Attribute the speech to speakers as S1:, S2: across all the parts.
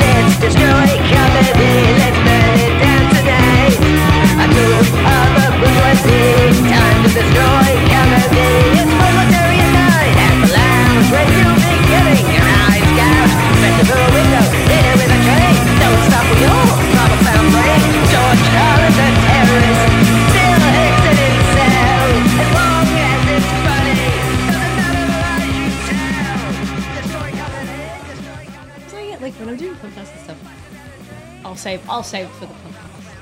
S1: destroy comedy. Let's burn it down tonight. A group of the bourgeoisie. Time to destroy comedy. It's Proletariat Night at the lounge where you'll be getting your eyes gouged. Festival window, dinner with a train. Don't stop with your problem found brain. George Carlin, the terrorist. Still exit in cell. As long as it's funny. Doesn't matter the lies you tell. Destroy comedy. Destroy comedy.
S2: So I get like when I'm doing podcasts and stuff, I'll save I'll save for the podcast.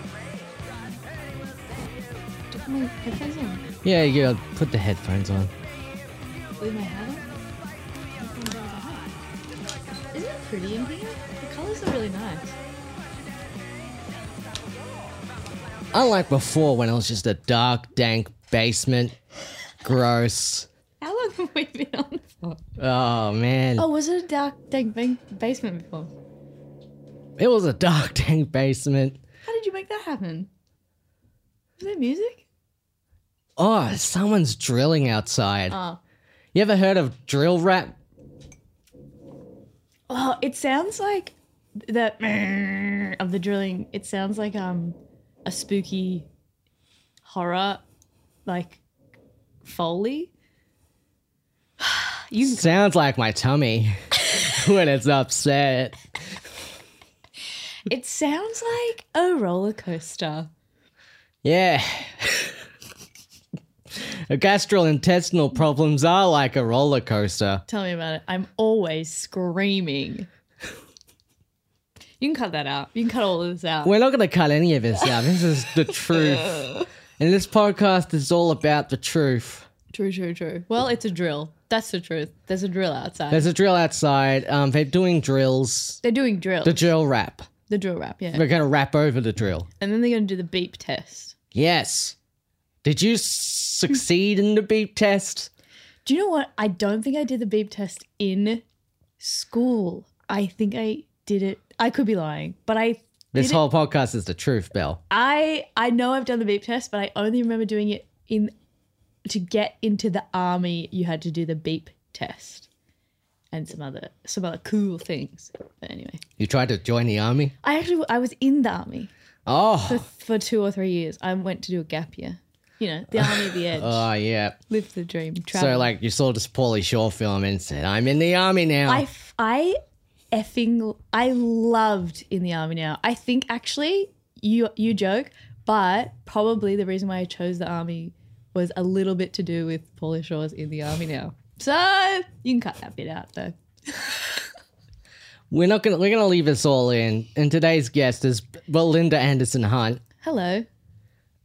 S2: Do I have my headphones on?
S3: Yeah, you gotta put the headphones on.
S2: With my hat on? Headphones on behind. Isn't it pretty in here? The colours are really nice.
S3: Unlike before when it was just a dark, dank basement. Gross.
S2: How long have we been on for?
S3: Oh man.
S2: Oh, was it a dark dank ban- basement before?
S3: It was a dark, dank basement.
S2: How did you make that happen? Was there music?
S3: Oh, someone's drilling outside.
S2: Oh.
S3: You ever heard of drill rap?
S2: Oh, it sounds like that of the drilling. It sounds like um a spooky horror like foley. You
S3: Sounds like my tummy when it's upset.
S2: it sounds like a roller coaster.
S3: Yeah. Gastrointestinal problems are like a roller coaster.
S2: Tell me about it. I'm always screaming. You can cut that out. You can cut all of this out.
S3: We're not going to cut any of this out. This is the truth. And this podcast is all about the truth.
S2: True, true, true. Well, it's a drill. That's the truth. There's a drill outside.
S3: There's a drill outside. Um, they're doing drills.
S2: They're doing drills.
S3: The drill rap.
S2: the drill rap, yeah.
S3: We're going to rap over the drill.
S2: And then they're going to do the beep test.
S3: Yes. Did you s- succeed in the beep test?
S2: Do you know what? I don't think I did the beep test in school. I think I did it. I could be lying, but I
S3: This
S2: did it-
S3: whole podcast is the truth, Bell.
S2: I I know I've done the beep test, but I only remember doing it in to get into the army. You had to do the beep test and some other some other cool things. But anyway,
S3: You tried to join the army?
S2: I actually I was in the army
S3: Oh.
S2: for two or three years. I went to do a gap year. You know, the army, the edge,
S3: Oh, yeah.
S2: live the dream, travel.
S3: So, like, you saw this Paulie Shaw film and said, I'm in the army now.
S2: I, f- I effing I loved in the army now. I think actually you you joke, but probably the reason why I chose the army was a little bit to do with Paulie Shaw's in the army now. So you can cut that bit out though.
S3: We're not gonna we're gonna leave this all in. And today's guest is Belinda Anderson Hunt.
S2: Hello.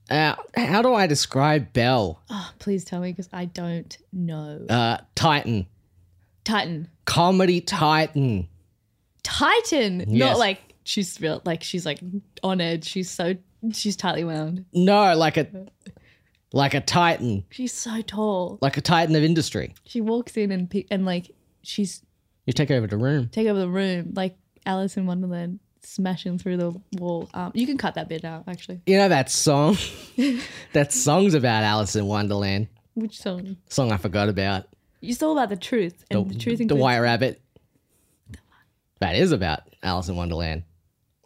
S3: Uh, how do I describe Belle?
S2: Oh, please tell me because I don't know.
S3: Uh, Titan,
S2: Titan.
S3: comedy Titan.
S2: Titan.
S3: Yes.
S2: Not like she's real like she's like on edge. She's so she's tightly wound.
S3: No, like a like a Titan,
S2: She's so tall.
S3: like a Titan of industry.
S2: She walks in and pe- and like she's
S3: You take over the room.
S2: take over the room like Alice in Wonderland smashing through the wall. Um, you can cut that bit out actually.
S3: You know that song? that song's about Alice in Wonderland.
S2: Which song?
S3: Song I forgot about.
S2: It's all about the truth and the, truth
S3: the
S2: includes
S3: White Rabbit. That is about Alice in Wonderland.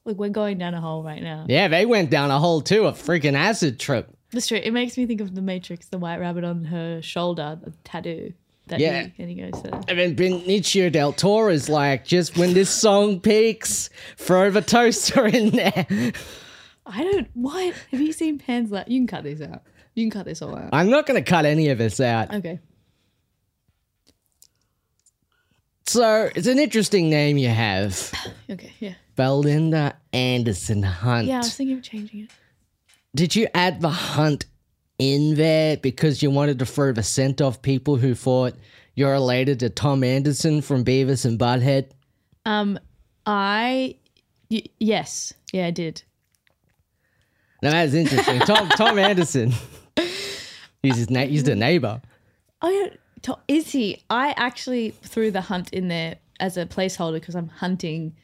S2: Look, we're going down a hole right now.
S3: Yeah, they went down a hole too, a freaking acid trip.
S2: That's true. It makes me think of the Matrix, the White Rabbit on her shoulder, the tattoo. That
S3: Yeah.
S2: He, and he goes to.
S3: And then Benicio del Toro's like, just when this song peaks, throw the toaster in there.
S2: I don't. What have you seen? Pan's like you can cut these out. You can cut this all out.
S3: I'm not going to cut any of this out.
S2: Okay.
S3: So it's an interesting name you have
S2: Okay. Yeah.
S3: Belinda Anderson Hunt.
S2: Yeah. I was thinking of changing it.
S3: Did you add the hunt in there because you wanted to throw the scent off people who thought you're related to Tom Anderson from Beavis and Butthead?
S2: Um, I. Y- yes. Yeah, I did.
S3: Now that's interesting. Tom, Tom Anderson. He's, his na- he's the neighbor.
S2: Oh, yeah. To- is he? I actually threw the hunt in there as a placeholder because I'm hunting.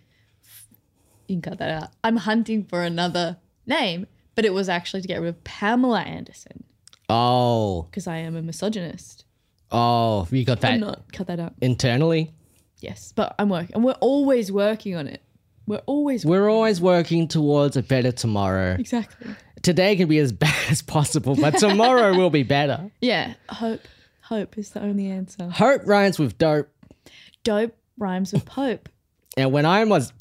S2: You can cut that out. I'm hunting for another name, but it was actually to get rid of Pamela Anderson
S3: Oh,
S2: because I am a misogynist.
S3: oh, you got that
S2: I'm not. Cut that out.
S3: internally?
S2: Yes, but I'm working. And we're always working on it. We're always
S3: We're always working towards a better tomorrow.
S2: exactly.
S3: Today can be as bad as possible, but tomorrow will be better.
S2: Yeah, hope. Hope is the only answer.
S3: Hope rhymes with dope.
S2: Dope rhymes with pope.
S3: And when I'm as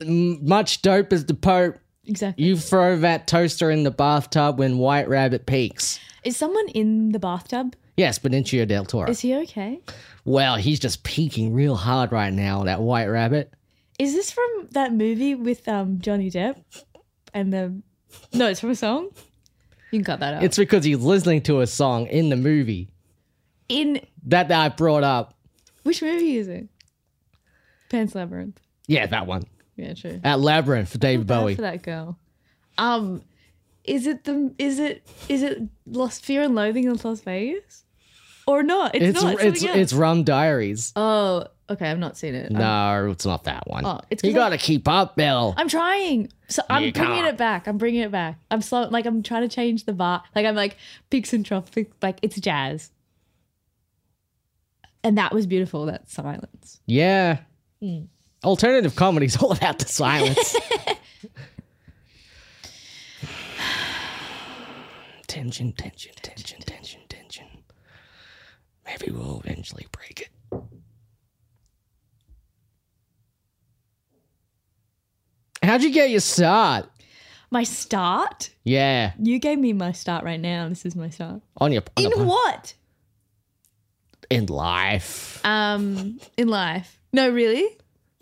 S3: m- much dope as the Pope,
S2: Exactly.
S3: you throw that toaster in the bathtub when White Rabbit peaks.
S2: Is someone in the bathtub?
S3: Yes, Benicio del Toro.
S2: Is he okay?
S3: well, he's just peaking real hard right now, that White Rabbit.
S2: Is this from that movie with um, Johnny Depp and the? No, it's from a song. You can cut that out.
S3: It's because he's listening to a song in the movie
S2: in
S3: that, that I brought up.
S2: which movie is it? Pan's Labyrinth.
S3: Yeah, that one.
S2: Yeah, true.
S3: At Labyrinth for David
S2: Bad
S3: Bowie.
S2: for that girl. Um, is it the is it is it Lost Fear and Loathing in Las Vegas, or not? It's,
S3: It's
S2: not. It's,
S3: it's,
S2: something
S3: it's,
S2: else.
S3: Rum Diaries.
S2: oh, okay. I've not seen it. I'm-
S3: no, it's not that one.
S2: Oh, it's
S3: you
S2: 'cause I-
S3: gotta keep up, Bill.
S2: I'm trying. So I'm
S3: You
S2: bringing
S3: can't.
S2: it back. I'm bringing it back. I'm slow. Like I'm trying to change the bar. Like I'm like peaks and troughs. peaks- Like it's jazz. And that was beautiful. That silence.
S3: yeah.
S2: Hmm.
S3: Alternative comedy's all about the silence. tension, tension, tension, tension, tension. Maybe we'll eventually break it. How'd you get your start?
S2: My start.
S3: Yeah,
S2: You gave me my start right now. This is my start.
S3: on your on
S2: In
S3: a-
S2: what?
S3: in life,
S2: Um, in life. No, really.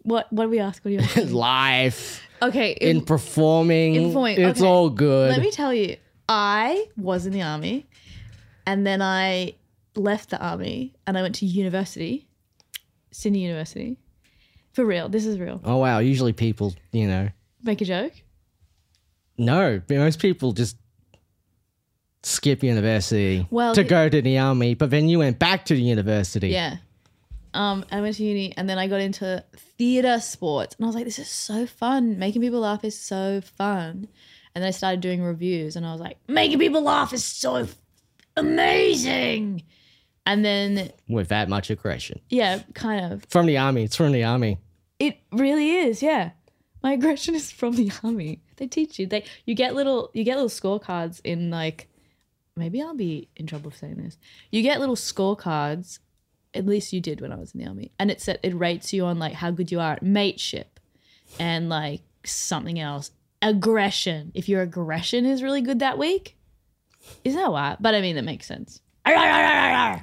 S2: What? What do we ask? What do you ask?
S3: in life,
S2: Okay. In,
S3: in performing.
S2: in point,
S3: It's
S2: okay.
S3: all good.
S2: let me tell you. I was in the army, and then I left the army and I went to university, Sydney University. For real, this is real.
S3: oh wow! Usually people, you know,
S2: Make a joke.
S3: no. Most people just skip university
S2: Well,
S3: to
S2: he-
S3: go to the army, but then you went back to the university.
S2: Yeah. Um, I went to uni and then I got into theater sports and I was like, this is so fun. Making people laugh is so fun. And then I started doing reviews and I was like, making people laugh is so f- amazing. And then
S3: with that much aggression
S2: yeah, kind of.
S3: from the army. It's from the army.
S2: It really is, yeah. My aggression is from the army. They teach you. They you get little you get little scorecards in like maybe I'll be in trouble for saying this. You get little scorecards. At least you did when I was in the army, and it set it rates you on like how good you are at mateship, and like something else, aggression. If your aggression is really good that week, is that why? But I mean, that makes sense.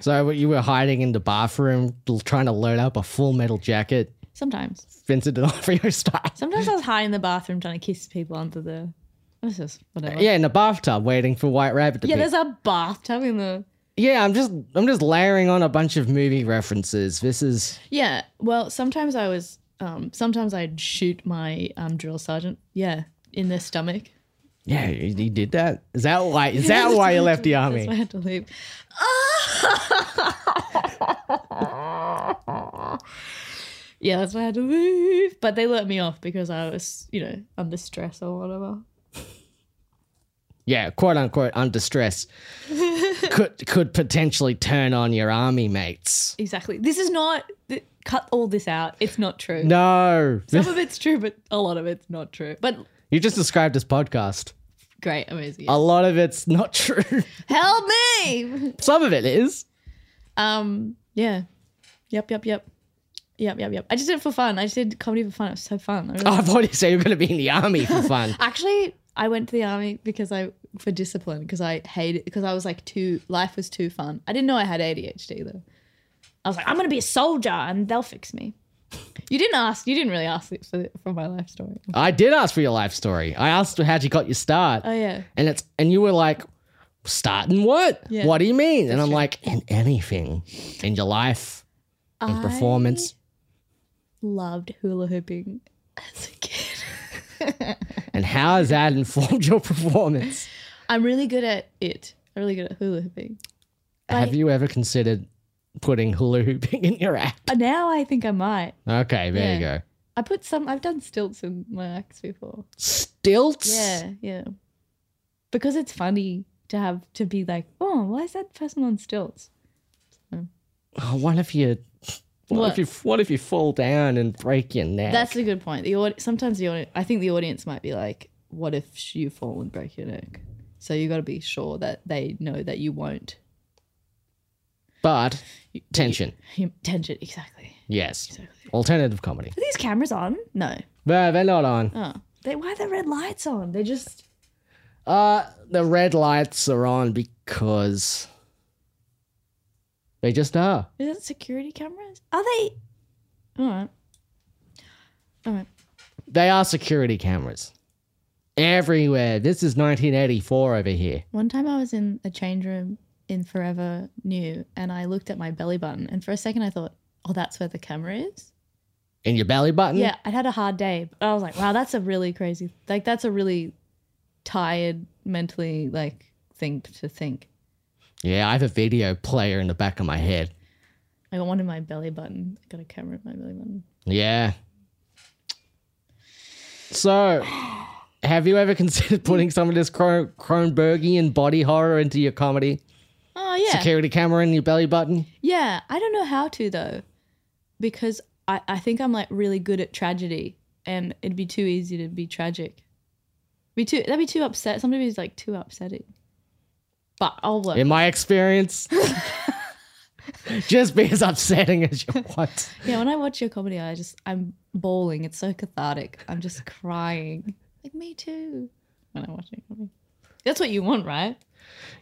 S3: So what, you were hiding in the bathroom, l- trying to load up a full metal jacket,
S2: Sometimes,
S3: Vincent D'Onofrio style.
S2: sometimes I was high in the bathroom trying to kiss people under the. This is whatever.
S3: Yeah, in the bathtub, waiting for White Rabbit to
S2: Yeah,
S3: pick.
S2: there's a bathtub in the.
S3: Yeah, I'm just I'm just layering on a bunch of movie references. This is
S2: Yeah. Well, sometimes I was. Um, sometimes I'd shoot my um, drill sergeant. Yeah, in the stomach.
S3: yeah, you you did that. Is that why? Is that why you left the
S2: That's why I
S3: army?
S2: had to leave. yeah, that's why I had to leave. But they let me off because I was, you know, under stress or whatever.
S3: Yeah, quote unquote under stress could could potentially turn on your army mates.
S2: Exactly. This is not. th- cut all this out. It's not true.
S3: No,
S2: Some of it's true, but a lot of it's not true. But
S3: you just described this podcast.
S2: great, amazing.
S3: A lot of it's not true.
S2: Help me!
S3: Some of it is.
S2: Um, yeah. Yep, yep, yep. Yep, yep, yep. I just did it for fun. I just did comedy for fun. It was so fun. I really-
S3: Oh, I thought you said you were going to be in the army for fun.
S2: Actually, I went to the army because I for discipline because I hated because I was like too life was too fun. I didn't know I had ADHD though. I was like, I'm gonna be a soldier and they'll fix me. You didn't ask. You didn't really ask it for, for my life story.
S3: I did ask for your life story. I asked how'd you got your start,
S2: Oh yeah,
S3: and it's and you were like, starting what?
S2: Yeah.
S3: What do you mean? And I'm like, in anything in your life, in
S2: I-
S3: performance.
S2: loved hula hooping as a kid.
S3: And how has that informed your performance?
S2: I'm really good at it. I'm really good at hula hooping.
S3: Have you ever considered putting hula hooping in your act?
S2: Uh, Now I think I might.
S3: Okay, there
S2: Yeah.
S3: you go.
S2: I put some. I've done stilts in my acts before.
S3: Stilts?
S2: Yeah, yeah. Because it's funny to have to be like, oh, why is that person on stilts?
S3: Oh, one of your What,
S2: What?
S3: if you What if you fall down and break your neck?
S2: That's a good point. The aud- sometimes the audience, I think the audience might be like, "What if sh- you fall and break your neck?" So you got to be sure that they know that you won't.
S3: but tension.
S2: Hum- Tension, exactly.
S3: Yes. Alternative comedy.
S2: Are these cameras on? No.
S3: No, they're not on.
S2: Oh, they why are the red lights on? They just
S3: Uh, the red lights are on because they just are.
S2: is it security cameras? Are they? All right. All right.
S3: They are security cameras everywhere. This is 1984 over here.
S2: One time I was in a change room in Forever New and I looked at my belly button and for a second I thought, oh, that's where the camera is.
S3: In your belly button?
S2: Yeah, I'd had a hard day, but I was like, wow, that's a really crazy, like, that's a really tired mentally, like, thing to think.
S3: Yeah, I have a video player in the back of my head.
S2: I got one in my belly button. I got a camera in my belly button.
S3: Yeah. So, have you ever considered putting some of this Cron- Cronbergian body horror into your comedy?
S2: Oh, yeah.
S3: Security camera in your belly button?
S2: Yeah, I don't know how to though, because I, I think I'm like really good at tragedy, and it'd be too easy to be tragic. Be too that'd be too upset. Somebody who's like too upsetting. But I'll work.
S3: In my experience, just be as upsetting as you want.
S2: yeah, when I watch your comedy, I just I'm bawling. It's so cathartic. I'm just crying. Like me too. When I watch your comedy, that's what you want, right?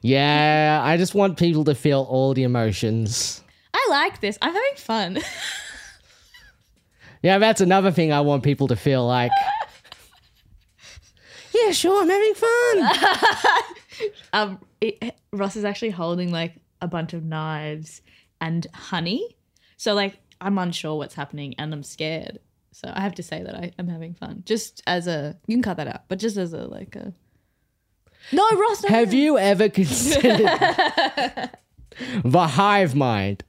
S3: Yeah, I just want people to feel all the emotions.
S2: I like this. I'm having fun.
S3: Yeah, that's another thing I want people to feel like. yeah, sure, I'm having fun.
S2: um, it, Ross is actually holding like a bunch of knives and honey. So like I'm unsure what's happening and I'm scared. So I have to say that I am having fun. Just as a you can cut that out, but just as a like a No, Ross, no,
S3: Have
S2: no.
S3: you ever considered the hive mind?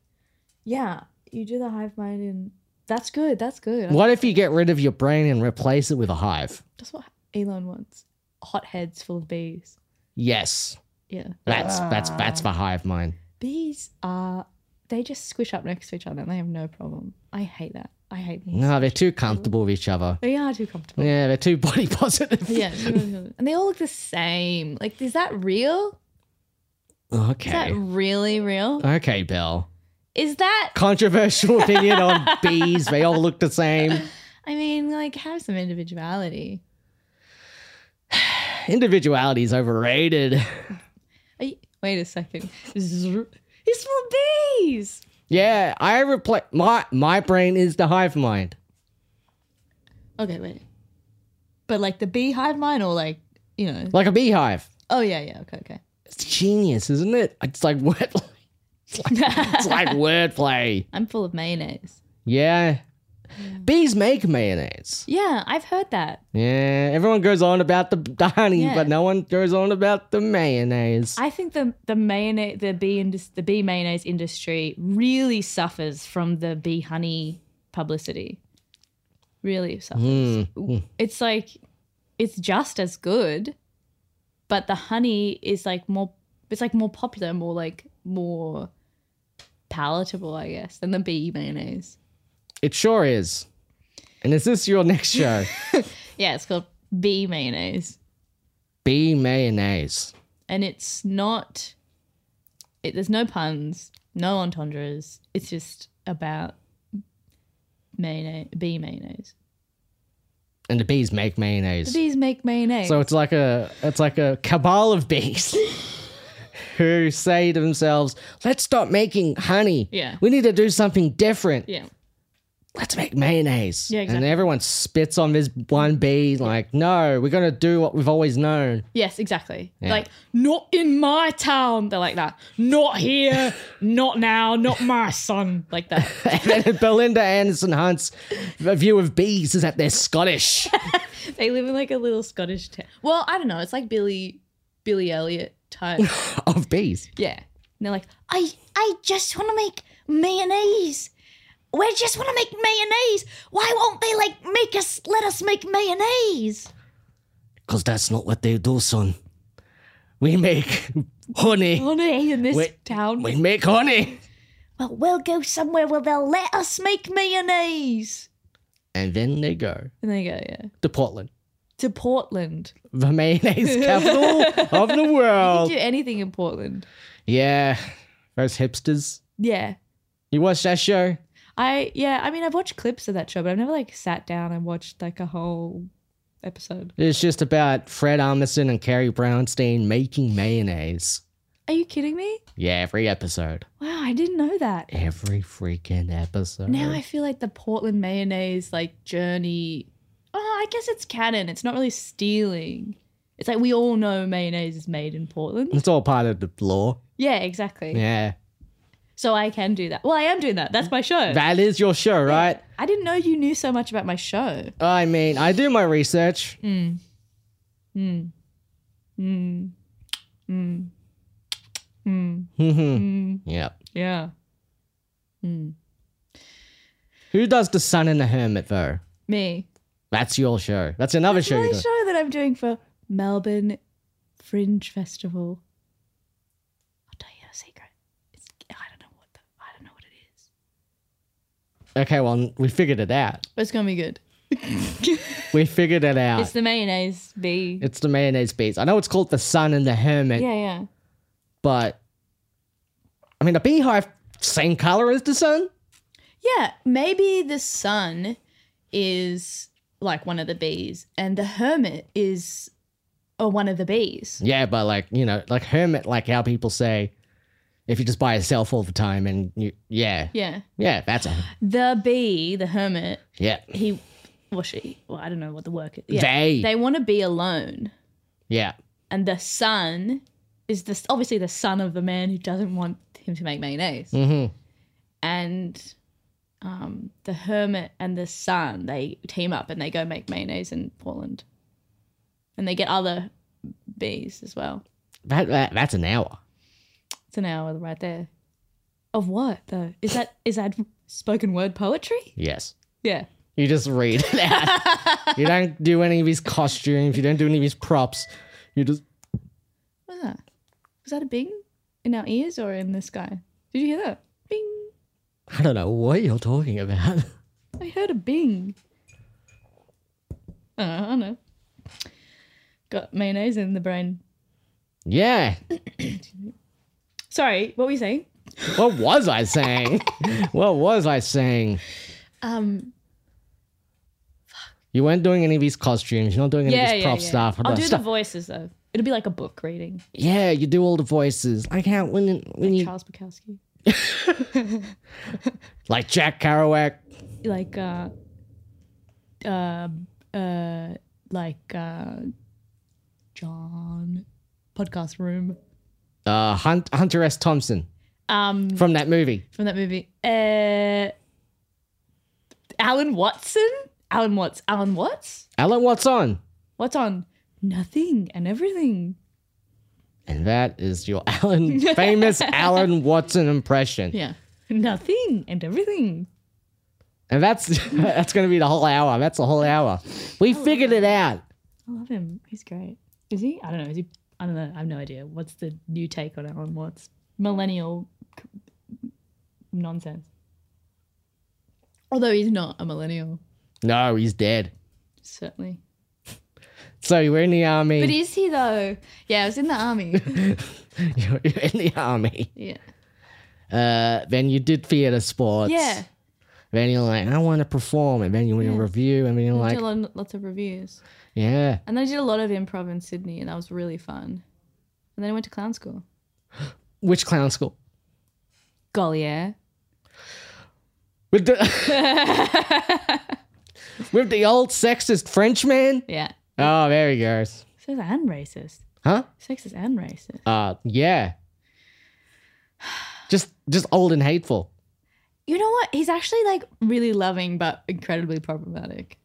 S2: Yeah, you do the hive mind and that's good. That's good.
S3: What if you get rid of your brain and replace it with a hive?
S2: That's what Elon wants. Hot heads full of bees.
S3: Yes.
S2: Yeah.
S3: That's that's that's the hive mind.
S2: Bees are they just squish up next to each other and they have no problem. I hate that. I hate bees.
S3: No, they're too comfortable with each other.
S2: They are too comfortable.
S3: Yeah, they're too body positive.
S2: Yeah, and they all look the same. Like, is that real? Is that
S3: Okay.
S2: really real?
S3: Okay, Bill.
S2: Is that?
S3: Controversial opinion on bees. They all look the same.
S2: I mean, like, have some individuality.
S3: Individuality is overrated.
S2: Are you- wait a second. Zzz. It's for bees.
S3: Yeah, I repla my my brain is the hive mind.
S2: Okay, wait. But like the beehive mind, or like you know?
S3: Like a beehive.
S2: Oh yeah, yeah. Okay, okay.
S3: It's genius, isn't it? It's like word it's like, it's like wordplay.
S2: I'm full of mayonnaise.
S3: Yeah. Bees make mayonnaise.
S2: Yeah, I've heard that.
S3: Yeah, everyone goes on about the, the honey,
S2: Yeah.
S3: but no one goes on about the mayonnaise.
S2: I think the the mayonnaise, the bee indus- the bee mayonnaise industry really suffers from the bee honey publicity. Really suffers. It's like it's just as good, but the honey is like more. It's like more popular, more like more palatable, I guess, than the bee mayonnaise.
S3: It sure is. And is this your next show?
S2: Yeah, it's called bee mayonnaise,
S3: Bee mayonnaise.
S2: and it's not. It, there's no puns, no entendres. It's just about mayonnaise, bee mayonnaise.
S3: And the bees make
S2: The
S3: mayonnaise.
S2: bees make mayonnaise.
S3: so it's like a it's like a cabal of bees who say to themselves, "Let's stop making honey.
S2: Yeah.
S3: We need to do something different.
S2: yeah,
S3: Let's make mayonnaise."
S2: Yeah,
S3: And
S2: exactly.
S3: everyone spits on this one bee like, "No, we're going to do what we've always known."
S2: yes, exactly. Like not in my town. They're like that. Not here. not now. Not my son. Like that.
S3: and Belinda Anderson Hunt's view of bees is that they're Scottish.
S2: they live in like a little Scottish town. Well, I don't know. It's like Billy, Billy Elliot type.
S3: of bees.
S2: Yeah. And they're like, I, I just want to make mayonnaise. We just want to make mayonnaise. Why won't they like make us let us make mayonnaise?
S3: Because that's not what they do, son. We make honey.
S2: Honey, in this
S3: Wait,
S2: town,
S3: We make honey.
S2: well, we'll go somewhere where they'll let us make mayonnaise.
S3: And then they go
S2: And they go, yeah,
S3: to Portland,
S2: to Portland.
S3: the mayonnaise capital of the
S2: You
S3: world.
S2: can do anything in Portland.
S3: Yeah, those hipsters.
S2: Yeah.
S3: You watch that show?
S2: I yeah, I mean I've watched clips of that show, but I've never like sat down and watched like a whole episode.
S3: It's just about Fred Armisen and Carrie Brownstein making mayonnaise.
S2: Are you kidding me?
S3: Yeah, every episode.
S2: Wow, I didn't know that.
S3: Every freaking episode.
S2: Now I feel like the Portland mayonnaise like journey. Oh, I guess it's canon. It's not really stealing. It's like we all know mayonnaise is made in Portland.
S3: it's all part of the law.
S2: Yeah, exactly.
S3: Yeah.
S2: So I can do that. Well, I am doing that. That's my show.
S3: That is your show, right?
S2: I didn't know you knew so much about my show.
S3: I mean, I do my research.
S2: Mm. Mm. Mm. Mm. Mm.
S3: Mhm.
S2: Mm.
S3: yeah.
S2: Yeah. Mm.
S3: Who does The Sun and the Hermit, though?
S2: Me.
S3: That's your show. That's another
S2: It's
S3: show.
S2: my
S3: you do.
S2: show that I'm doing for Melbourne Fringe Festival. I'll tell you a secret. It's, I don't know what the, I don't know what it is.
S3: Okay, well, we figured it out.
S2: But it's gonna be good.
S3: We figured it out.
S2: It's the mayonnaise B.
S3: It's the mayonnaise bees. I know it's called the sun and the hermit,
S2: yeah, yeah.
S3: but I mean, the beehive same color as the sun.
S2: Yeah, maybe the sun is like one of the bees, and the hermit is or one of the bees.
S3: Yeah, but like you know, like hermit, like how people say, if you just buy yourself all the time, and you, yeah,
S2: Yeah.
S3: yeah, that's a
S2: The bee, the hermit,
S3: yeah,
S2: he or she, well, I don't know what the work is. Yeah.
S3: They.
S2: They want to be alone.
S3: yeah,
S2: And the son is this obviously the son of the man who doesn't want him to make mayonnaise.
S3: Mhm.
S2: And um, the hermit and the son, they team up and they go make mayonnaise in Portland. And they get other bees as well.
S3: that, that that's an hour.
S2: It's an hour right there. Of what though? Is that is that spoken word poetry?
S3: Yes,
S2: Yeah.
S3: you just read it out. you don't do any of his costumes. You don't do any of his props. You just
S2: What's that? Was that a bing in our ears or in the sky? Did you hear that? Bing.
S3: I don't know what you're talking about.
S2: I heard a bing. Oh, I don't know. Got mayonnaise in the brain.
S3: yeah,
S2: Sorry, what were you saying?
S3: what was I saying? what was I saying?
S2: Um,
S3: You weren't doing any of these costumes. You're not doing any
S2: yeah,
S3: of this
S2: yeah,
S3: prop
S2: yeah.
S3: stuff.
S2: I'll do
S3: stuff.
S2: the voices though. It'll be like a book reading.
S3: yeah, you do all the voices. Like how when when you
S2: Charles Bukowski.
S3: like Jack Kerouac.
S2: Like, uh, uh, uh, like, uh, John podcast room.
S3: Uh, Hunt, Hunter S. Thompson
S2: Um,
S3: from that movie.
S2: from that movie. Uh, Alan Watson? Alan Watts. Alan Watts?
S3: Alan Watson,
S2: What's on? Nothing and everything.
S3: and that is your Alan famous Alan Watson impression.
S2: Yeah. Nothing and everything.
S3: And that's that's gonna be the whole hour. That's the whole hour. We figured it out.
S2: I love him. He's great. Is he? I don't know. Is he? I don't know. I have no idea. What's the new take on Alan Watts? Millennial c- nonsense. Although he's not a millennial,
S3: No, he's dead.
S2: certainly.
S3: So you're in the
S2: But
S3: army.
S2: is he though? Yeah, I was in the army.
S3: You're in the army.
S2: yeah.
S3: Uh, then you did theater sports.
S2: Yeah.
S3: Then you're like, I want to perform, and then you want to review, and then you're
S2: I
S3: like,
S2: did a lot- lots of reviews.
S3: yeah.
S2: And then I did a lot of improv in Sydney, and that was really fun. And then I went to clown school.
S3: Which clown school?
S2: Gollier.
S3: With the with the old sexist Frenchman.
S2: Yeah.
S3: Oh, there he goes.
S2: Says and racist.
S3: Huh?
S2: Sexist and racist.
S3: Uh, yeah. Just just old and hateful.
S2: You know what? He's actually like really loving but incredibly problematic.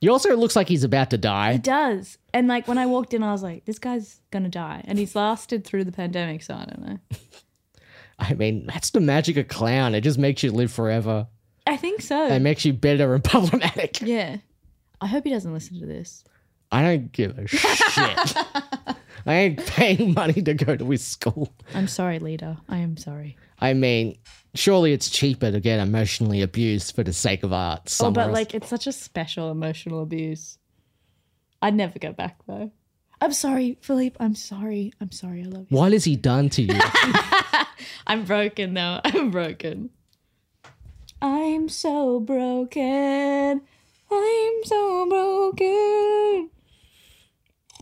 S3: He also looks like he's about to
S2: He
S3: die.
S2: does. And like when I walked in, I was like, this guy's gonna die. And he's lasted through the pandemic, so I don't know.
S3: I mean, that's the magic of clown. It just makes you live forever.
S2: I think so.
S3: It makes you better and problematic.
S2: yeah. I hope he doesn't listen to this.
S3: I don't give a shit. I ain't paying money to go to his school.
S2: I'm sorry, leader. I am sorry.
S3: I mean, surely it's cheaper to get emotionally abused for the sake of art.
S2: Oh,
S3: somewhere
S2: but
S3: else.
S2: like it's such a special emotional abuse. I'd never go back though. I'm sorry, Philippe. I'm sorry. I'm sorry. I love you.
S3: what has he done to you?
S2: I'm broken though. I'm broken. I'm so broken. I'm so broken.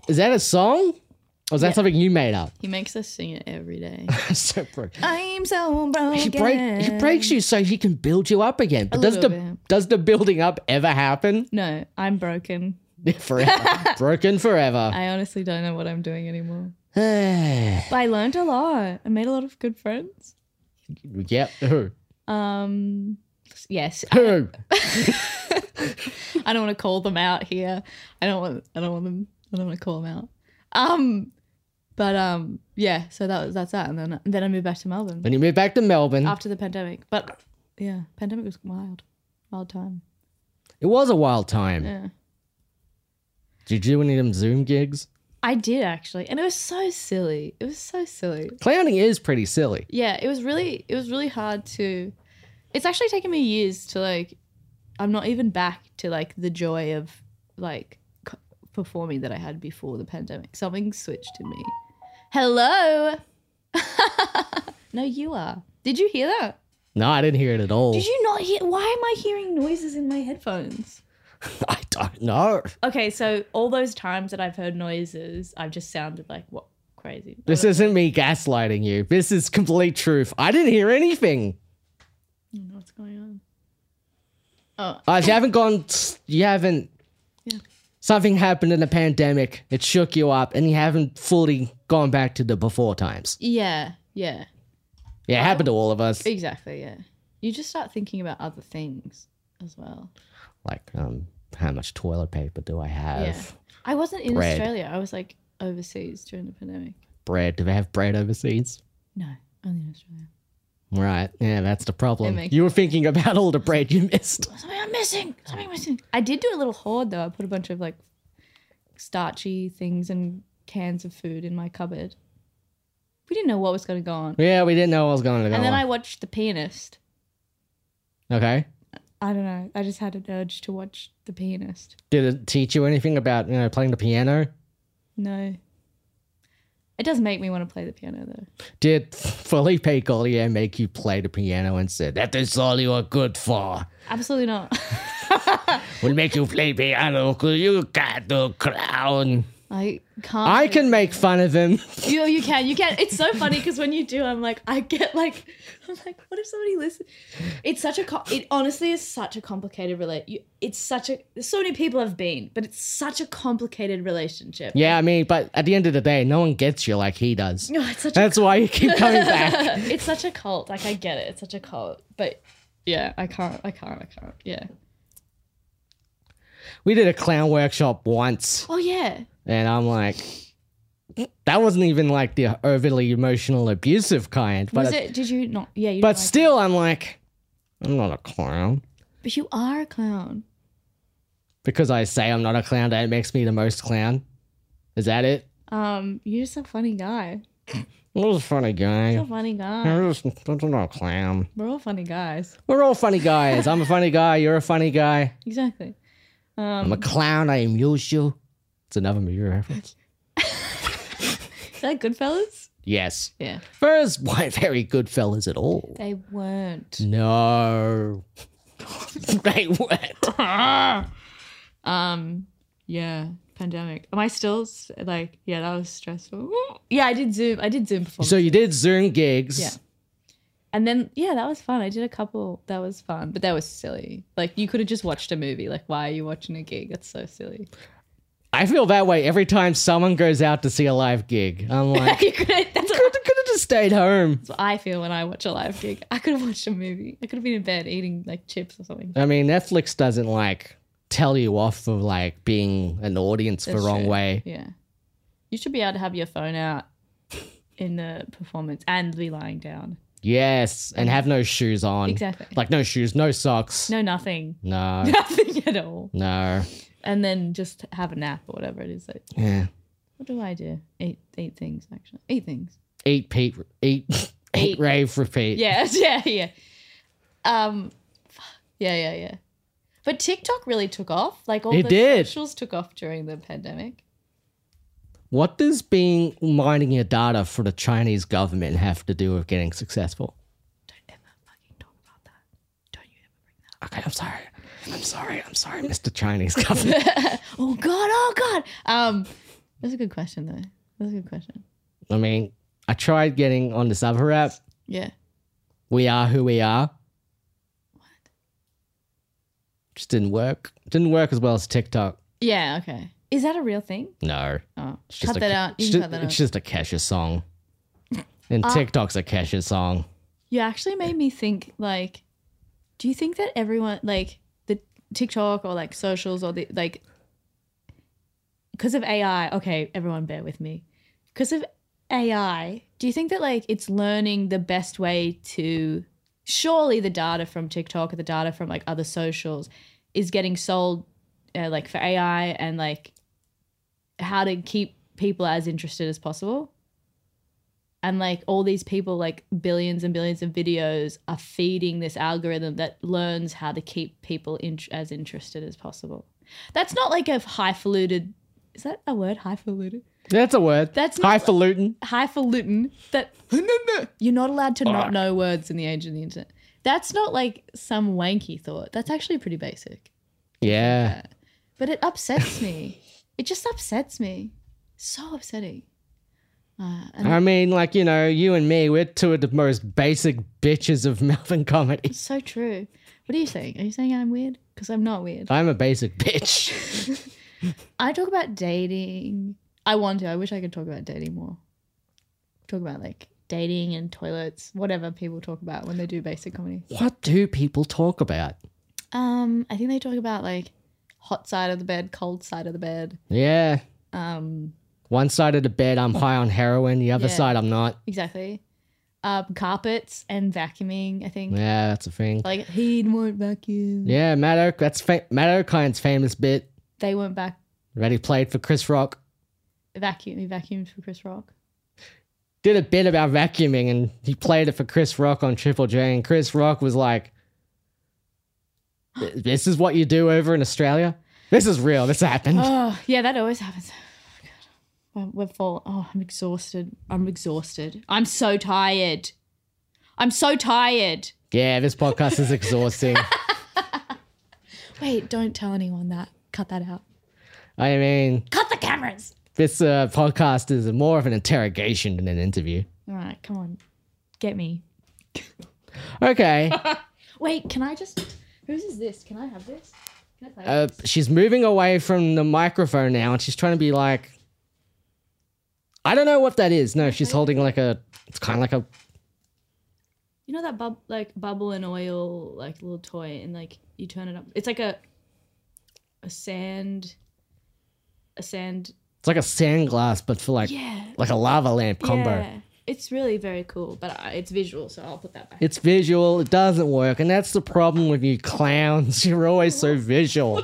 S3: Is that a song? Or is that something you made up?
S2: He makes us sing it every day.
S3: so broke.
S2: I'm so broken.
S3: He, break, he breaks you so he can build you up again. But does the
S2: little bit.
S3: does the building up ever happen?
S2: No, I'm broken.
S3: forever. Broken forever.
S2: I honestly don't know what I'm doing anymore.
S3: yep.
S2: But I learned a lot. I made a lot of good friends.
S3: Who?
S2: Um, yes,
S3: Who?
S2: I don't want to call them out here. I don't want. I don't want them. I don't want to call them out. Um, but um, yeah. So that was that's that, and then then I moved back to Melbourne
S3: When you moved back to Melbourne,
S2: after the pandemic. But yeah, pandemic was wild, wild time.
S3: it was a wild time.
S2: Yeah.
S3: Did you do any of them Zoom gigs?
S2: I did actually, and it was so silly. It was so silly.
S3: Clowning is pretty silly.
S2: Yeah, it was really it was really hard to. It's actually taken me years to like. I'm not even back to like the joy of like c- performing that I had before the pandemic. Something switched in me. Hello. no, you are. Did you hear that?
S3: No, I didn't hear it at all.
S2: Did you not hear? Why am I hearing noises in my headphones?
S3: I don't know.
S2: Okay, so all those times that I've heard noises, I've just sounded like what crazy.
S3: This isn't me gaslighting you. This is complete truth. I didn't hear anything.
S2: I don't know "Mm, what's going on.
S3: Uh, if you haven't gone, you haven't.
S2: Yeah.
S3: Something happened in the pandemic. It shook you up, and you haven't fully gone back to the before times.
S2: Yeah, yeah.
S3: Yeah, it happened to all of us.
S2: Exactly, yeah. You just start thinking about other things as well.
S3: Like, um, how much toilet paper do I have?
S2: Yeah. I wasn't in
S3: Bread.
S2: Australia. I was like overseas during the pandemic.
S3: Bread? Do they have bread overseas?
S2: No, only in Australia.
S3: Right. Yeah, that's the problem.
S2: They make-
S3: You were thinking about all the bread you missed.
S2: Something I'm missing. Something I'm missing. I did do a little hoard though. I put a bunch of like starchy things and cans of food in my cupboard. We didn't know what was going to go on.
S3: Yeah, we didn't know what was going to go
S2: And then I
S3: on.
S2: watched The Pianist.
S3: okay.
S2: I don't know. I just had an urge to watch The Pianist.
S3: Did it teach you anything about you know playing the piano?
S2: No. It does make me want to play the piano though.
S3: Did Felipe Collier make you play the piano and said that is all you are good for?
S2: Absolutely not.
S3: We'll make you play piano 'cause you got the crown.
S2: I can't.
S3: I can make fun of him.
S2: You, oh, you can. You can. It's so funny because when you do, I'm like, I get like, I'm like, what if somebody listens? It's such a. Com- it honestly is such a complicated relate. You, it's such a. So many people have been, but it's such a complicated relationship.
S3: Yeah, I mean, but at the end of the day, no one gets you like he does.
S2: No, it's such. A,
S3: That's why you keep coming back.
S2: it's such a cult. Like I get it. It's such a cult. But yeah, I can't. I can't. I can't. Yeah.
S3: We did a clown workshop once,
S2: Oh yeah.
S3: and I'm like, that wasn't even like the overly emotional abusive kind. But
S2: Was it? Did you not? Yeah. You.
S3: but
S2: didn't like-
S3: still, I'm like, I'm not a clown
S2: but you are a clown.
S3: because I say I'm not a clown. That makes me the most clown. Is that it?
S2: Um, you're just a funny guy.
S3: I was a funny
S2: You're a
S3: guy.
S2: funny guy.
S3: I was I'm not a clown.
S2: We're all funny guys.
S3: We're all funny guys. I'm a funny guy. You're a funny guy.
S2: Exactly.
S3: I'm a
S2: Um,
S3: clown. I amuse you. It's another movie reference.
S2: Is that Goodfellas?
S3: Yes.
S2: Yeah.
S3: Furs weren't very good fellas at all.
S2: They weren't.
S3: No. they weren't.
S2: Um, yeah, pandemic. Am I still s- like, yeah, that was stressful. Yeah, I did Zoom. I did Zoom before.
S3: So you did Zoom gigs.
S2: Yeah. and then, yeah, that was fun. I did a couple. That was fun, but that was silly. Like, you could have just watched a movie. Like, why are you watching a gig? That's so silly.
S3: I feel that way every time someone goes out to see a live gig. I'm like,
S2: you could have, that's
S3: could have just stayed home.
S2: what I feel when I watch a live gig. I could have watched a movie. I could have been in bed eating like chips or something.
S3: I mean, Netflix doesn't like tell you off for like being an audience the
S2: That's
S3: wrong
S2: true.
S3: way.
S2: Yeah. You should be able to have your phone out in the performance and be lying down.
S3: Yes, and have no shoes on.
S2: Exactly.
S3: Like no shoes, no socks.
S2: No, nothing.
S3: No.
S2: Nothing at all.
S3: No.
S2: And then just have a nap or whatever it is. That,
S3: Yeah.
S2: What do I do? Eat, eat things, actually. Eat things.
S3: Eat Pete. Eat. Eat
S2: Eat.
S3: rave repeat.
S2: Yeah, yeah, yeah. Um, fuck. yeah, yeah, yeah. But TikTok really took off. Like all
S3: It
S2: the
S3: did.
S2: socials took off during the pandemic.
S3: What does being mining your data for the Chinese government have to do with getting successful?
S2: Don't ever fucking talk about that. Don't you ever bring that.
S3: Okay, I'm sorry. I'm sorry. I'm sorry, Mr. Chinese government.
S2: Oh god, oh god. Um, that's a good question though. That's a good question.
S3: I mean, I tried getting on this other app.
S2: Yeah.
S3: We are who we are. Just didn't work. Didn't work as well as TikTok.
S2: Yeah. Okay. Is that a real thing?
S3: No.
S2: Oh,
S3: It's
S2: cut
S3: a
S2: that
S3: ca-
S2: out.
S3: It's
S2: You
S3: just,
S2: can cut that out. Uh,
S3: it's just a Kesha song. And TikTok's a Kesha song.
S2: You actually made me think like, do you think that everyone like the TikTok or like socials or the like because of AI, okay, everyone bear with me. Because of AI, do you think that like it's learning the best way to surely the data from TikTok or the data from like other socials is getting sold uh, like for AI and like how to keep people as interested as possible? and like all these people like billions and billions of videos are feeding this algorithm that learns how to keep people in- as interested as possible that's not like a highfalutin is that a word highfalutin
S3: That's a word.
S2: That's not-
S3: highfalutin.
S2: highfalutin that you're not allowed to not know words in the age of the internet that's not like some wanky thought that's actually pretty basic
S3: Yeah.
S2: but it upsets me it just upsets me so upsetting uh, and
S3: I mean, like, you know, you and me, we're two of the most basic bitches of Melbourne comedy.
S2: it's so true what are you saying are you saying i'm weird because i'm not weird
S3: I'm a basic bitch.
S2: I talk about dating. I want to. I wish I could talk about dating more. Talk about like dating and toilets, whatever people talk about when they do basic comedy.
S3: what do people talk about?
S2: Um, I think they talk about like hot side of the bed, cold side of the bed.
S3: Yeah.
S2: Um,
S3: One side of the bed, I'm high on heroin. The other
S2: Yeah.
S3: side, I'm not.
S2: exactly. Um, carpets and vacuuming. I think
S3: Yeah, that's a thing.
S2: like he won't vacuum.
S3: Yeah, Matt, o- that's fa- Matt O'Kine's famous bit
S2: They won't back
S3: that he played for Chris Rock.
S2: vacuum. He vacuumed for Chris Rock.
S3: Did a bit about vacuuming and he played it for Chris Rock on Triple J. And Chris Rock was like, This is what you do over in Australia? This is real. This happened.
S2: Oh, yeah, that always happens. Oh, God. We're we're full. Oh, I'm exhausted. I'm exhausted. I'm so tired. I'm so tired.
S3: Yeah, this podcast is exhausting.
S2: Wait, don't tell anyone that. Cut that out.
S3: I mean,
S2: Cut the cameras.
S3: this uh, podcast is more of an interrogation than an interview.
S2: All right, come on. Get me.
S3: Okay.
S2: Wait, can I just. Whose is this? Can I have this? Can I play?
S3: Uh, she's moving away from the microphone now and she's trying to be like. I don't know what that is. No, she's holding like a. It's kind of like a.
S2: you know that bub- like bubble and oil like little toy and like you turn it up. It's like a a sand a sand
S3: It's like a sand glass, but for like.
S2: yeah
S3: Like a lava lamp combo.
S2: Yeah. It's really very cool, but I, it's visual, so I'll put that back.
S3: It's visual. It doesn't work, and that's the problem with you clowns. You're always so visual.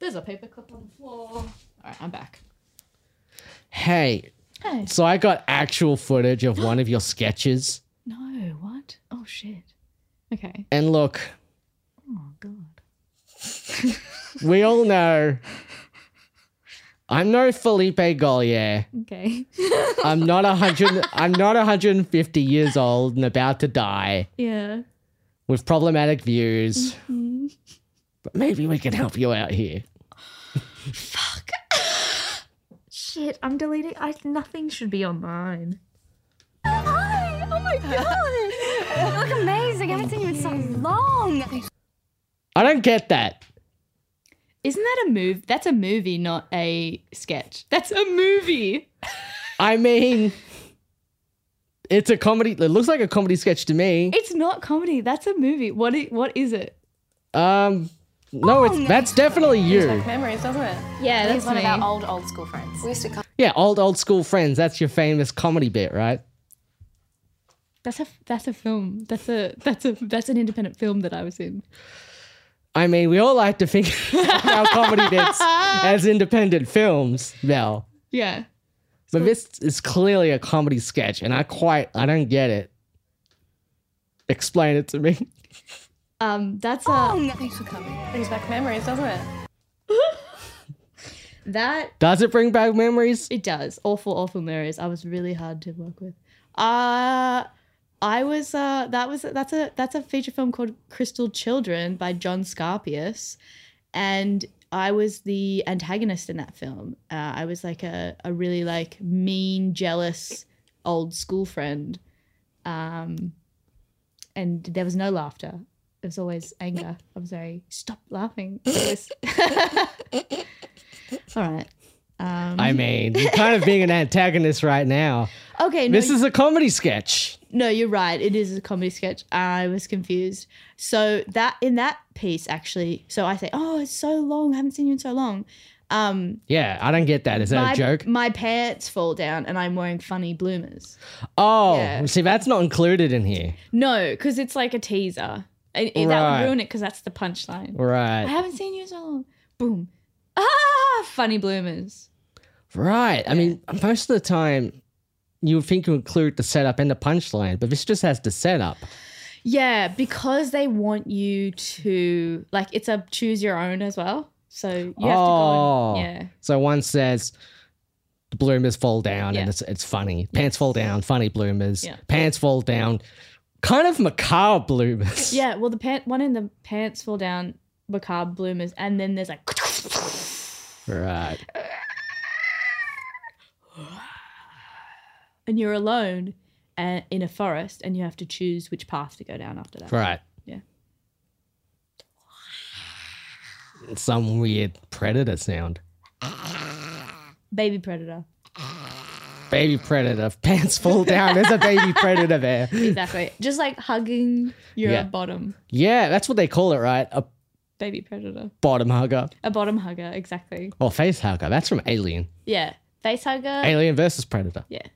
S2: There's a paperclip on the floor. All right, I'm back.
S3: Hey,
S2: Hey.
S3: so I got actual footage of one of your sketches,
S2: No, what? Oh, shit. Okay.
S3: and look,
S2: Oh, God.
S3: we all know. I'm no Felipe Gollier.
S2: Okay.
S3: I'm not a hundred. I'm not 150 years old and about to die
S2: yeah.
S3: with problematic views. But maybe we can help you out here.
S2: Shit, I'm deleting. I Nothing should be online.
S4: Hi! Oh my god! you look amazing. I haven't seen you in so long.
S3: I don't get that.
S2: Isn't that a move? That's a movie, not a sketch. That's a movie.
S3: I mean, it's a comedy. It looks like a comedy sketch to me.
S2: It's not comedy. That's a movie. What? i- what is it?
S3: Um, no,
S2: Oh,
S3: it's that's definitely you.
S5: memories, doesn't it?
S2: Yeah,
S5: He's one of our old, old school friends.
S3: Yeah, old old school friends. That's your famous comedy bit, right?
S2: That's a that's a film. That's a that's a that's an independent film that I was in.
S3: I mean, we all like to think of our comedy bits as independent films, Mel.
S2: Yeah.
S3: But this is clearly a comedy sketch, and I quite I don't get it. Explain it to me.
S2: Um, that's uh,
S5: Oh, Thanks for coming. Brings back memories, doesn't it?
S2: that
S3: Does it bring back memories?
S2: It does. Awful, awful memories. I was really hard to work with. Uh I was uh that was that's a that's a feature film called Crystal Children by John Scarpius. And I was the antagonist in that film. Uh, I was like a, a really like mean, jealous old school friend. Um and there was no laughter. There was always anger. I'm sorry. Stop laughing. It was- All right. Um,
S3: I mean, you're kind of being an antagonist right now.
S2: Okay, no,
S3: This is a comedy sketch.
S2: no, you're right. It is a comedy sketch. I was confused. So that in that piece, actually, so I say, "Oh, it's so long. I haven't seen you in so long." Um,
S3: Yeah, I don't get that. Is that
S2: my,
S3: a joke?
S2: My pants fall down, and I'm wearing funny bloomers.
S3: Oh,
S2: yeah.
S3: see, that's not included in here.
S2: No, because it's like a teaser. And it- That
S3: Right.
S2: would ruin it because that's the punchline. I
S3: Right.
S2: haven't seen you in so long. Boom. Ah, funny bloomers.
S3: Right. I mean, most of the time, you would think you include the setup and the punchline, but this just has the setup.
S2: Yeah, because they want you to like it's a choose your own as well. So you have
S3: oh.
S2: to go. And, yeah.
S3: So one says the bloomers fall down
S2: Yeah.
S3: and it's it's funny. Pants fall down, funny bloomers.
S2: Yeah.
S3: Pants fall down. Kind of macabre bloomers.
S2: Yeah, well, the pant one in the pants fall down, macabre bloomers, and then there's like,
S3: Right.
S2: and you're alone uh, in a forest, and you have to choose which path to go down after that.
S3: Right.
S2: Yeah.
S3: Some weird predator sound.
S2: Baby predator,
S3: Baby predator. Pants fall down. There's a baby predator there.
S2: exactly. Just like hugging your
S3: Yeah.
S2: bottom,
S3: Yeah, that's what they call it, right? A
S2: baby predator,
S3: bottom hugger
S2: a bottom hugger, exactly.
S3: or face hugger. That's from Alien.
S2: Yeah, face hugger.
S3: Alien versus Predator.
S2: yeah,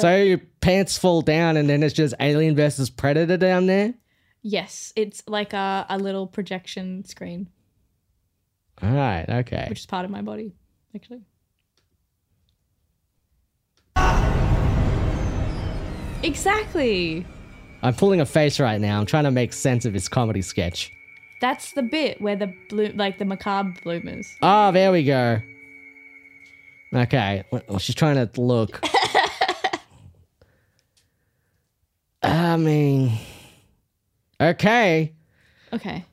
S3: So your pants fall down, and then it's just Alien versus Predator down there.
S2: yes, it's like a, a little projection screen,
S3: All right, okay.
S2: which is part of my body, actually. Exactly.
S3: I'm pulling a face right now. I'm trying to make sense of his comedy sketch.
S2: That's the bit where the blue, like the macabre bloomers.
S3: Oh, there we go. Okay, well, she's trying to look. I mean, okay.
S2: Okay.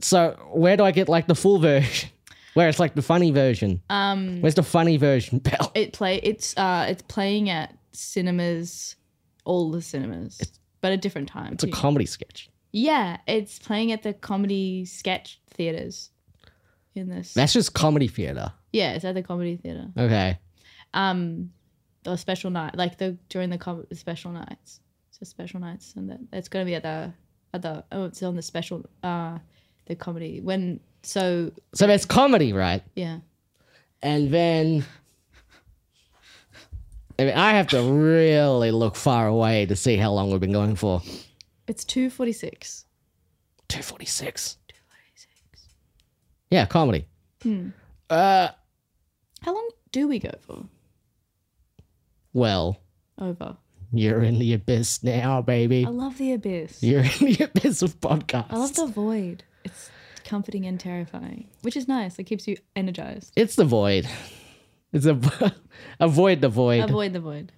S3: So where do I get like the full version? Where it's like the funny version?
S2: Um,
S3: Where's the funny version, Bell?
S2: it play it's uh it's playing at cinemas, all the cinemas, but at different times.
S3: It's a comedy sketch.
S2: yeah, it's playing at the comedy sketch theaters. In this,
S3: That's just comedy theater.
S2: yeah, it's at the comedy theater.
S3: Okay.
S2: Um, the special night, like the during the com- the special nights. So special nights, and that it's gonna be at the at the oh, it's on the special uh the comedy when so
S3: So there's comedy, right?
S2: yeah.
S3: And then I mean, I have to really look far away to see how long we've been going for.
S2: It's two forty six.
S3: 246. 246. Yeah, comedy.
S2: Hmm.
S3: Uh,
S2: How long do we go for?
S3: well,
S2: Over.
S3: you're in the abyss now, baby.
S2: I love the abyss.
S3: You're in the abyss of podcasts.
S2: I love the void. It's comforting and terrifying, which is nice. It keeps you energized.
S3: it's the void. It's a avoid the void.
S2: Avoid the void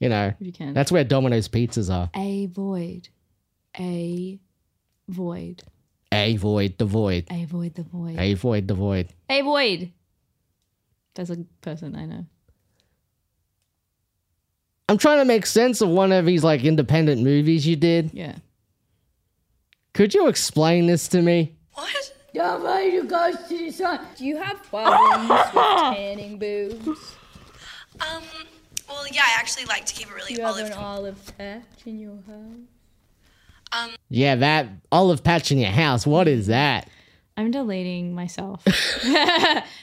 S3: you know,
S2: if you can.
S3: that's where Domino's pizzas are.
S2: a void. A void.
S3: A void the void.
S2: A void the void.
S3: A void the void.
S2: A void. That's a person I know.
S3: I'm trying to make sense of one of these like independent movies you did.
S2: Yeah.
S3: Could you explain this to me?
S6: Do you have problems with tanning boobs?
S7: Um, well, yeah, I actually like to keep it really
S6: Do you have
S7: olive.
S6: an olive patch in your house?
S3: Yeah, that olive patch in your house. What is that?
S2: I'm deleting myself.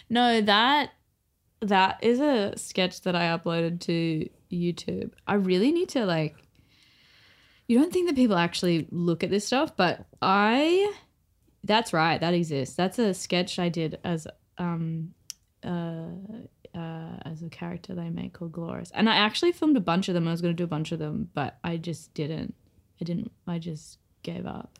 S2: no, that that is a sketch that I uploaded to YouTube. I really need to like You don't think that people actually look at this stuff, but I that's right, that exists. That's a sketch I did as um uh uh, as a character they make called Glorious. And I actually filmed a bunch of them. I was going to do a bunch of them, but I just didn't. I didn't. I just gave up.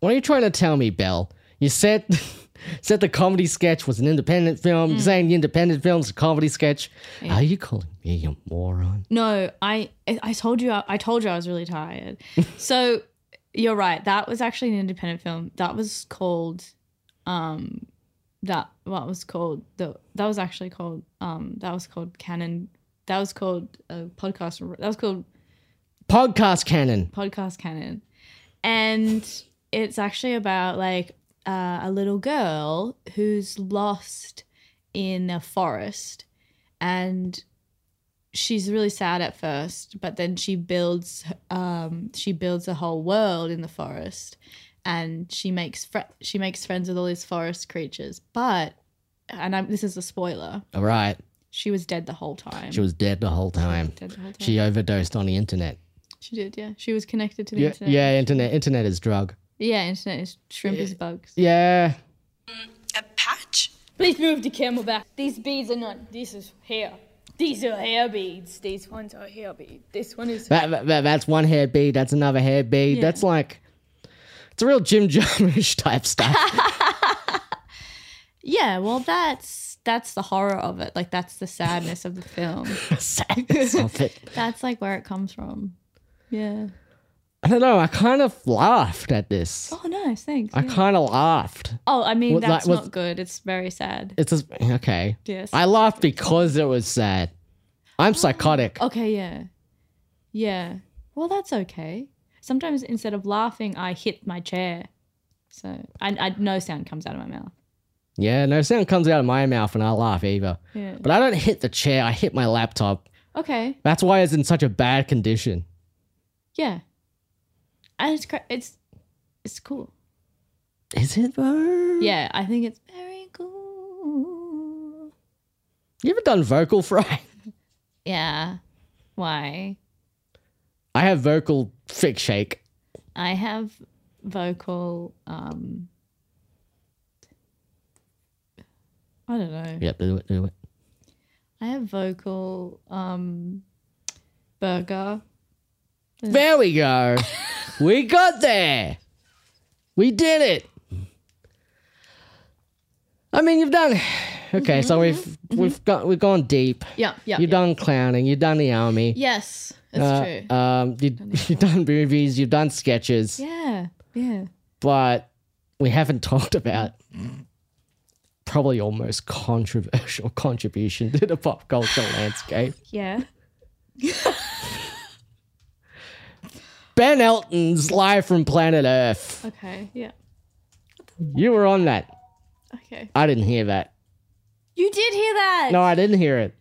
S3: What are you trying to tell me, Belle? You said said the comedy sketch was an independent film.
S2: Mm.
S3: You're saying the independent film's a comedy sketch. Are you calling me a moron?
S2: No, I I told you I, I told you I was really tired. so you're right. That was actually an independent film. That was called um that what was called the that was actually called um that was called Canon that was called a podcast that was called
S3: Podcast canon.
S2: podcast canon and it's actually about like uh, a little girl who's lost in a forest and she's really sad at first but then she builds um, she builds a whole world in the forest and she makes fr- she makes friends with all these forest creatures but and I'm, this is a spoiler
S3: All right.
S2: she was dead the whole time
S3: She was dead the whole time.
S2: dead the whole time.
S3: She overdosed on the internet.
S2: she did yeah she was connected to the
S3: Yeah,
S2: internet
S3: yeah, internet. Internet is drug.
S2: yeah internet is shrimp is bugs
S3: Yeah.
S7: A patch?
S6: Please move the camera back. These beads are not. This is hair. These are hair beads. These ones are hair beads. This one is.
S3: That, that- that- that's one hair bead. That's another hair bead. That's like, it's a real Jim Jarmusch type stuff.
S2: Yeah, well, that's that's the horror of it. Like that's the sadness of the film.
S3: Sadness of it.
S2: That's like where it comes from. Yeah.
S3: I don't know. I kind of laughed at this.
S2: Oh, nice. Thanks.
S3: I
S2: yeah.
S3: kind of laughed.
S2: Oh, I mean,
S3: What, like,
S2: that's
S3: what-
S2: not good. It's very sad.
S3: It's just, okay.
S2: Yes. Oh.
S3: I laughed because it was sad. I'm psychotic.
S2: Okay. Yeah. Yeah. Well, that's okay. Sometimes instead of laughing, I hit my chair, so I, I no sound comes out of my mouth.
S3: Yeah, no sound comes out of my mouth and I laugh either.
S2: Yeah.
S3: But I don't hit the chair. I hit my laptop.
S2: Okay.
S3: That's why it's in such a bad condition.
S2: Yeah. And it's cra- it's it's cool.
S3: Is it though?
S2: Yeah, I think it's very cool.
S3: You ever done vocal fry?
S2: Yeah. Why?
S3: I have vocal fix shake.
S2: I have vocal um I don't know.
S3: Yep, do it, do it.
S2: I have vocal um burger.
S3: There we go. we got there. We did it. I mean, you've done. Okay, so we've we've got we've gone deep.
S2: Yeah, Mm-hmm. yeah.
S3: You've done clowning. You've done the army.
S2: Yes, that's true.
S3: Uh, um, you, you've done movies. You've done sketches.
S2: yeah. Yeah.
S3: But we haven't talked about probably your most controversial contribution to the pop culture landscape.
S2: Yeah.
S3: Ben Elton's Live from Planet Earth.
S2: Okay. Yeah.
S3: You were on that.
S2: Okay.
S3: I didn't hear that.
S2: You did hear that.
S3: No, I didn't hear it.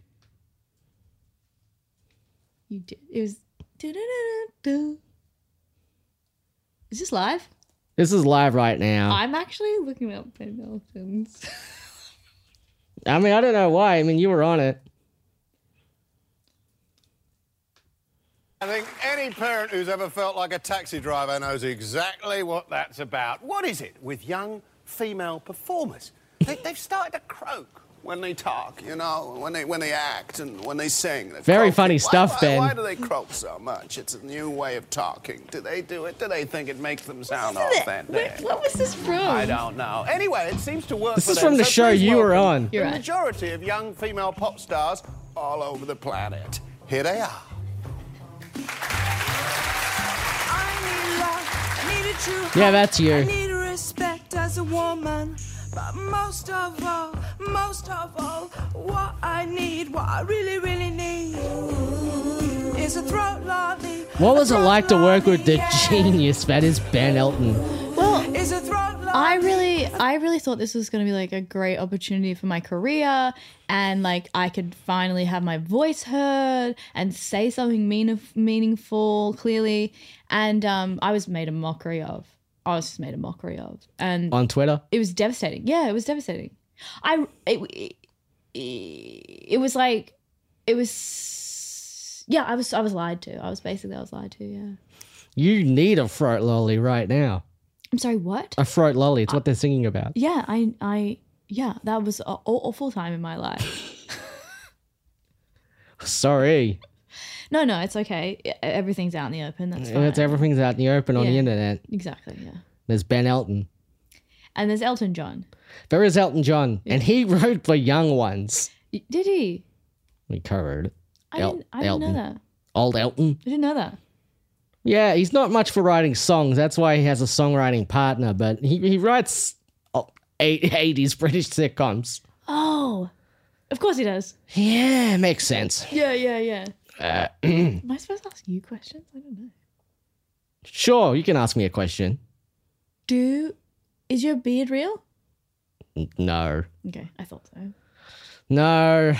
S2: You did. It was Du-du-du-du-du. Is this live?
S3: This is live right now.
S2: I'm actually looking up Ben Elton's.
S3: I mean, I don't know why. I mean, you were on it.
S8: I think any parent who's ever felt like a taxi driver knows exactly what that's about. What is it with young female performers? They, they've started to croak when they talk, you know, when they when they act and when they sing. They're
S3: Very
S8: croaking.
S3: funny
S8: Why-
S3: stuff,
S8: why,
S3: Ben.
S8: Why do they croak so much? It's a new way of talking. Do they do it? Do they think it makes them sound authentic?
S2: What was this from?
S8: I don't know. Anyway, it seems to work.
S3: This
S8: for
S3: is
S8: them,
S3: from the
S8: so
S3: show
S8: please
S3: you were
S8: welcome
S3: on.
S2: You're
S8: the
S2: right.
S8: majority of young female pop stars all over the planet. Here they are.
S3: Yeah, that's you.
S9: need respect as a woman. But most of all, most of all, what I need, what I really, really need is a throat lolly.
S3: What was it
S9: A throat
S3: like to work with the
S9: lolly, yeah.
S3: genius that is Ben Elton?
S2: Well,
S9: Is a throat lolly.
S2: I really, I really thought this was going to be like a great opportunity for my career, and like I could finally have my voice heard and say something mean- meaningful, clearly. And um, I was made a mockery of. I was just made a mockery of, and
S3: On Twitter?
S2: it was devastating. Yeah, it was devastating. I it it, it was like it was. Yeah, I was I was lied to. I was basically I was lied to. Yeah.
S3: You need a throat lolly right now.
S2: I'm sorry. What?
S3: A throat lolly, it's what they're singing about.
S2: Yeah, I I yeah, that was a aw- awful time in my life.
S3: Sorry.
S2: No, no, it's okay. E- Everything's out in the open. That's fine.
S3: And It's everything's out in the open on the
S2: Yeah.
S3: internet.
S2: exactly, yeah.
S3: There's Ben Elton.
S2: And there's Elton John.
S3: There is Elton John, and he wrote for Young Ones.
S2: Y- Did he?
S3: We covered it.
S2: I
S3: El-
S2: didn't, I didn't know
S3: Elton.
S2: that.
S3: Old Elton.
S2: I didn't know that.
S3: Yeah, he's not much for writing songs. That's why he has a songwriting partner, but he, he writes oh, eight- 80s British sitcoms.
S2: Oh, of course he does.
S3: Yeah, makes sense.
S2: Yeah, yeah, yeah.
S3: Uh,
S2: Am I supposed to ask you questions? I don't know.
S3: Sure, you can ask me a question.
S2: Do is your beard real?
S3: N- No.
S2: Okay, I thought so.
S3: No.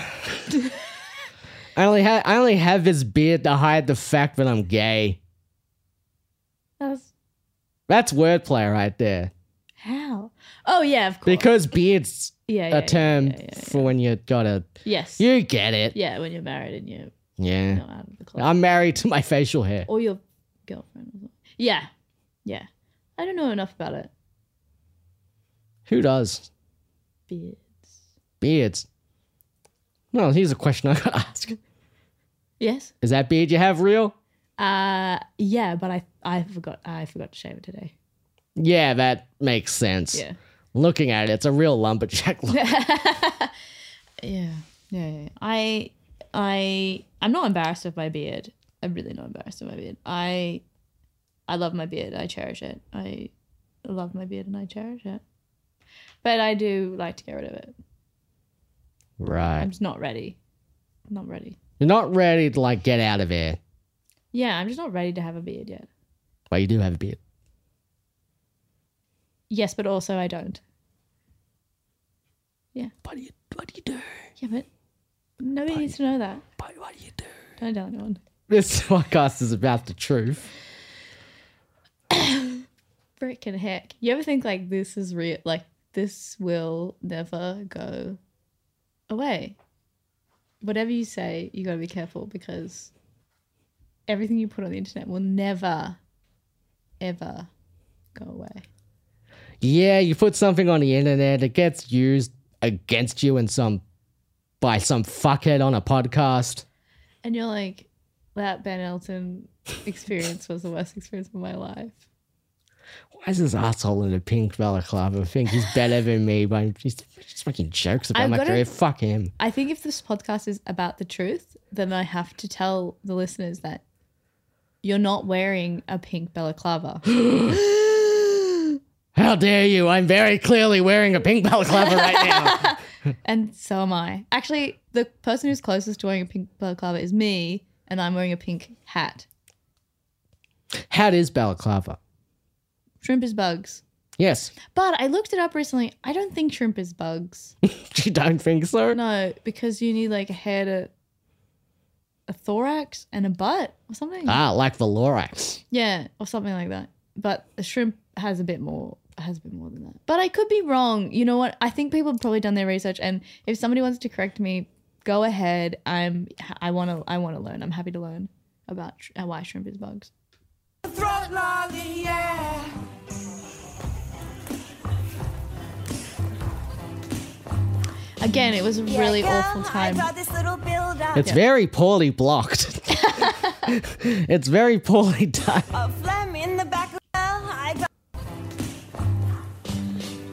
S3: I only ha- I only have this beard to hide the fact that I'm gay.
S2: That was
S3: That's wordplay right there.
S2: how? Oh yeah, of course.
S3: Because beard's
S2: yeah, yeah,
S3: a term
S2: yeah, yeah, yeah.
S3: for when you got a
S2: Yes.
S3: you get it.
S2: yeah, when you're married and you're
S3: Yeah.
S2: not out of the closet,
S3: I'm married to my facial hair.
S2: or your girlfriend. or something. Yeah, yeah. I don't know enough about it.
S3: Who does?
S2: Beard.
S3: Beards. Well, here's a question I gotta ask.
S2: Yes.
S3: Is that beard you have real?
S2: Uh, yeah, but I I forgot I forgot to shave it today.
S3: Yeah, that makes sense.
S2: Yeah.
S3: Looking at it, it's a real lumberjack look.
S2: Yeah. Yeah. yeah, yeah. I I I'm not embarrassed of my beard. I'm really not embarrassed of my beard. I I love my beard. I cherish it. I love my beard and I cherish it. But I do like to get rid of it. I'm
S3: right.
S2: just not ready. not ready.
S3: You're not ready to like get out of here.
S2: Yeah, I'm just not ready to have a beard yet.
S3: Well, you do have a beard.
S2: Yes, but also I don't. Yeah.
S3: What do you what do you do?
S2: Yeah, but nobody needs to know that. But what do you do? Don't tell anyone.
S3: This podcast is about the truth.
S2: Freaking heck. You ever think like this is real? Like this will never go away. Whatever you say, you gotta be careful because everything you put on the internet will never, ever go away.
S3: Yeah, you put something on the internet, it gets used against you in some by some fuckhead on a podcast.
S2: And you're like, that Ben Elton experience was the worst experience of my life.
S3: Why is this asshole in a pink balaclava think he's better than me? But he's just making jokes about
S2: I've
S3: my
S2: gotta-
S3: career. Fuck him.
S2: I think if this podcast is about the truth, then I have to tell the listeners that you're not wearing a pink balaclava.
S3: How dare you? I'm very clearly wearing a pink balaclava right now.
S2: And so am I. Actually, the person who's closest to wearing a pink balaclava is me, and I'm wearing a pink hat.
S3: Hat is balaclava.
S2: Shrimp is bugs.
S3: Yes.
S2: But I looked it up recently. I don't think shrimp is bugs.
S3: You don't think so?
S2: No, because you need like a head, a, a thorax, and a butt or something.
S3: Ah, like the Lorax.
S2: Yeah, or something like that. But a shrimp has a bit more has a bit more than that. But I could be wrong. You know what? I think people have probably done their research and if somebody wants to correct me, go ahead. I'm I want to I want to learn. I'm happy to learn about sh- uh, why shrimp is bugs.
S9: Throat lolly, yeah.
S2: Again, it was a really awful time.
S1: this little build-up
S3: It's very poorly blocked. it's very poorly done.
S1: of phlegm in the back of well, I got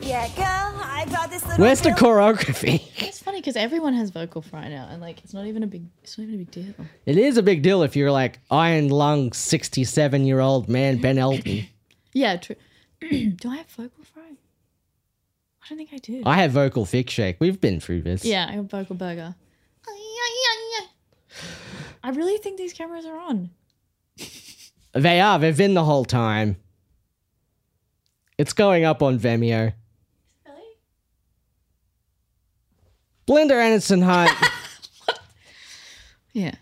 S1: Yeah, girl, I got this little
S3: Where's the choreography?
S2: It's funny cuz everyone has vocal fry now and like it's not even a big it's not even a big deal.
S3: It is a big deal if you're like iron lung 67 year old man Ben Elton.
S2: Yeah, true. Do I have vocal fry? I don't think I do.
S3: I have vocal thick shake. We've been through this.
S2: Yeah, I got vocal burger. I really think these cameras are on.
S3: They are. They've been the whole time. It's going up on Vimeo. Really? Blender Aniston Hunt.
S2: Yeah.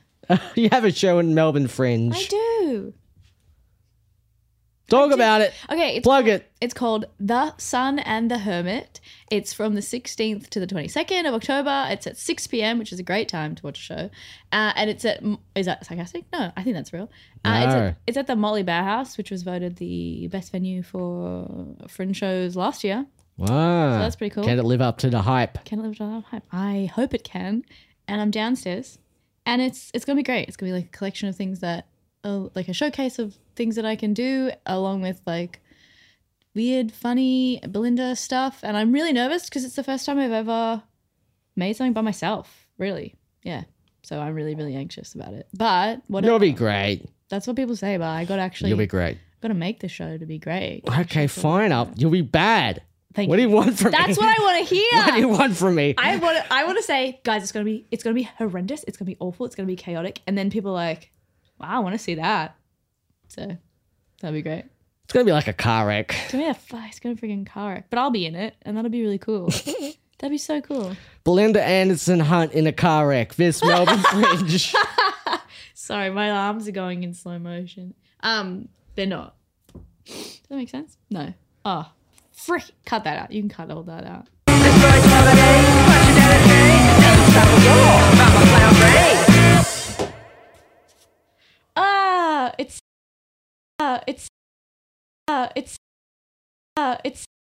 S3: you have a show in Melbourne Fringe.
S2: I do.
S3: Talk about it.
S2: Okay, it's
S3: Plug it.
S2: It's called The Sun and the Hermit. It's from the 16th to the 22nd of October. It's at 6 p.m., which is a great time to watch a show. Uh, and it's at, is that sarcastic? No, I think that's real. Uh, it's,
S3: No.
S2: at, it's at the Molly Bear House, which was voted the best venue for fringe shows last year.
S3: Wow.
S2: that's pretty cool.
S3: Can it live up to the hype?
S2: Can it live to that hype? I hope it can. And I'm downstairs and it's it's gonna be great. It's gonna be like a collection of things that, oh, like a showcase of things that I can do, along with like weird, funny Belinda stuff. And I'm really nervous because it's the first time I've ever made something by myself. Really, yeah. So I'm really, really anxious about it. But what
S3: You'll be great.
S2: that's what people say. But I got to actually
S3: You'll be great.
S2: got to make the show to be great.
S3: Okay, fine. Up. You'll be bad.
S2: Thank
S3: what do
S2: you.
S3: you want from me?
S2: That's what I want to hear.
S3: What do you want from me?
S2: I want to, I want to say, guys, it's gonna be it's gonna be horrendous. It's gonna be awful. It's gonna be chaotic. And then people are like, wow, I want to see that. So that'd be great.
S3: It's gonna be like a car wreck.
S2: It's gonna be a fu- it's gonna be a freaking car wreck, but I'll be in it, and that'll be really cool. that'd be so cool.
S3: Belinda Anderson Hunt in a car wreck. This Melbourne Fringe.
S2: Sorry, my arms are going in slow motion. Um, they're not. Does that make sense? No. Oh, frick! Cut that out. You can cut all that out. Ah, it's. Ah, it's. Ah, it's. Ah, it's.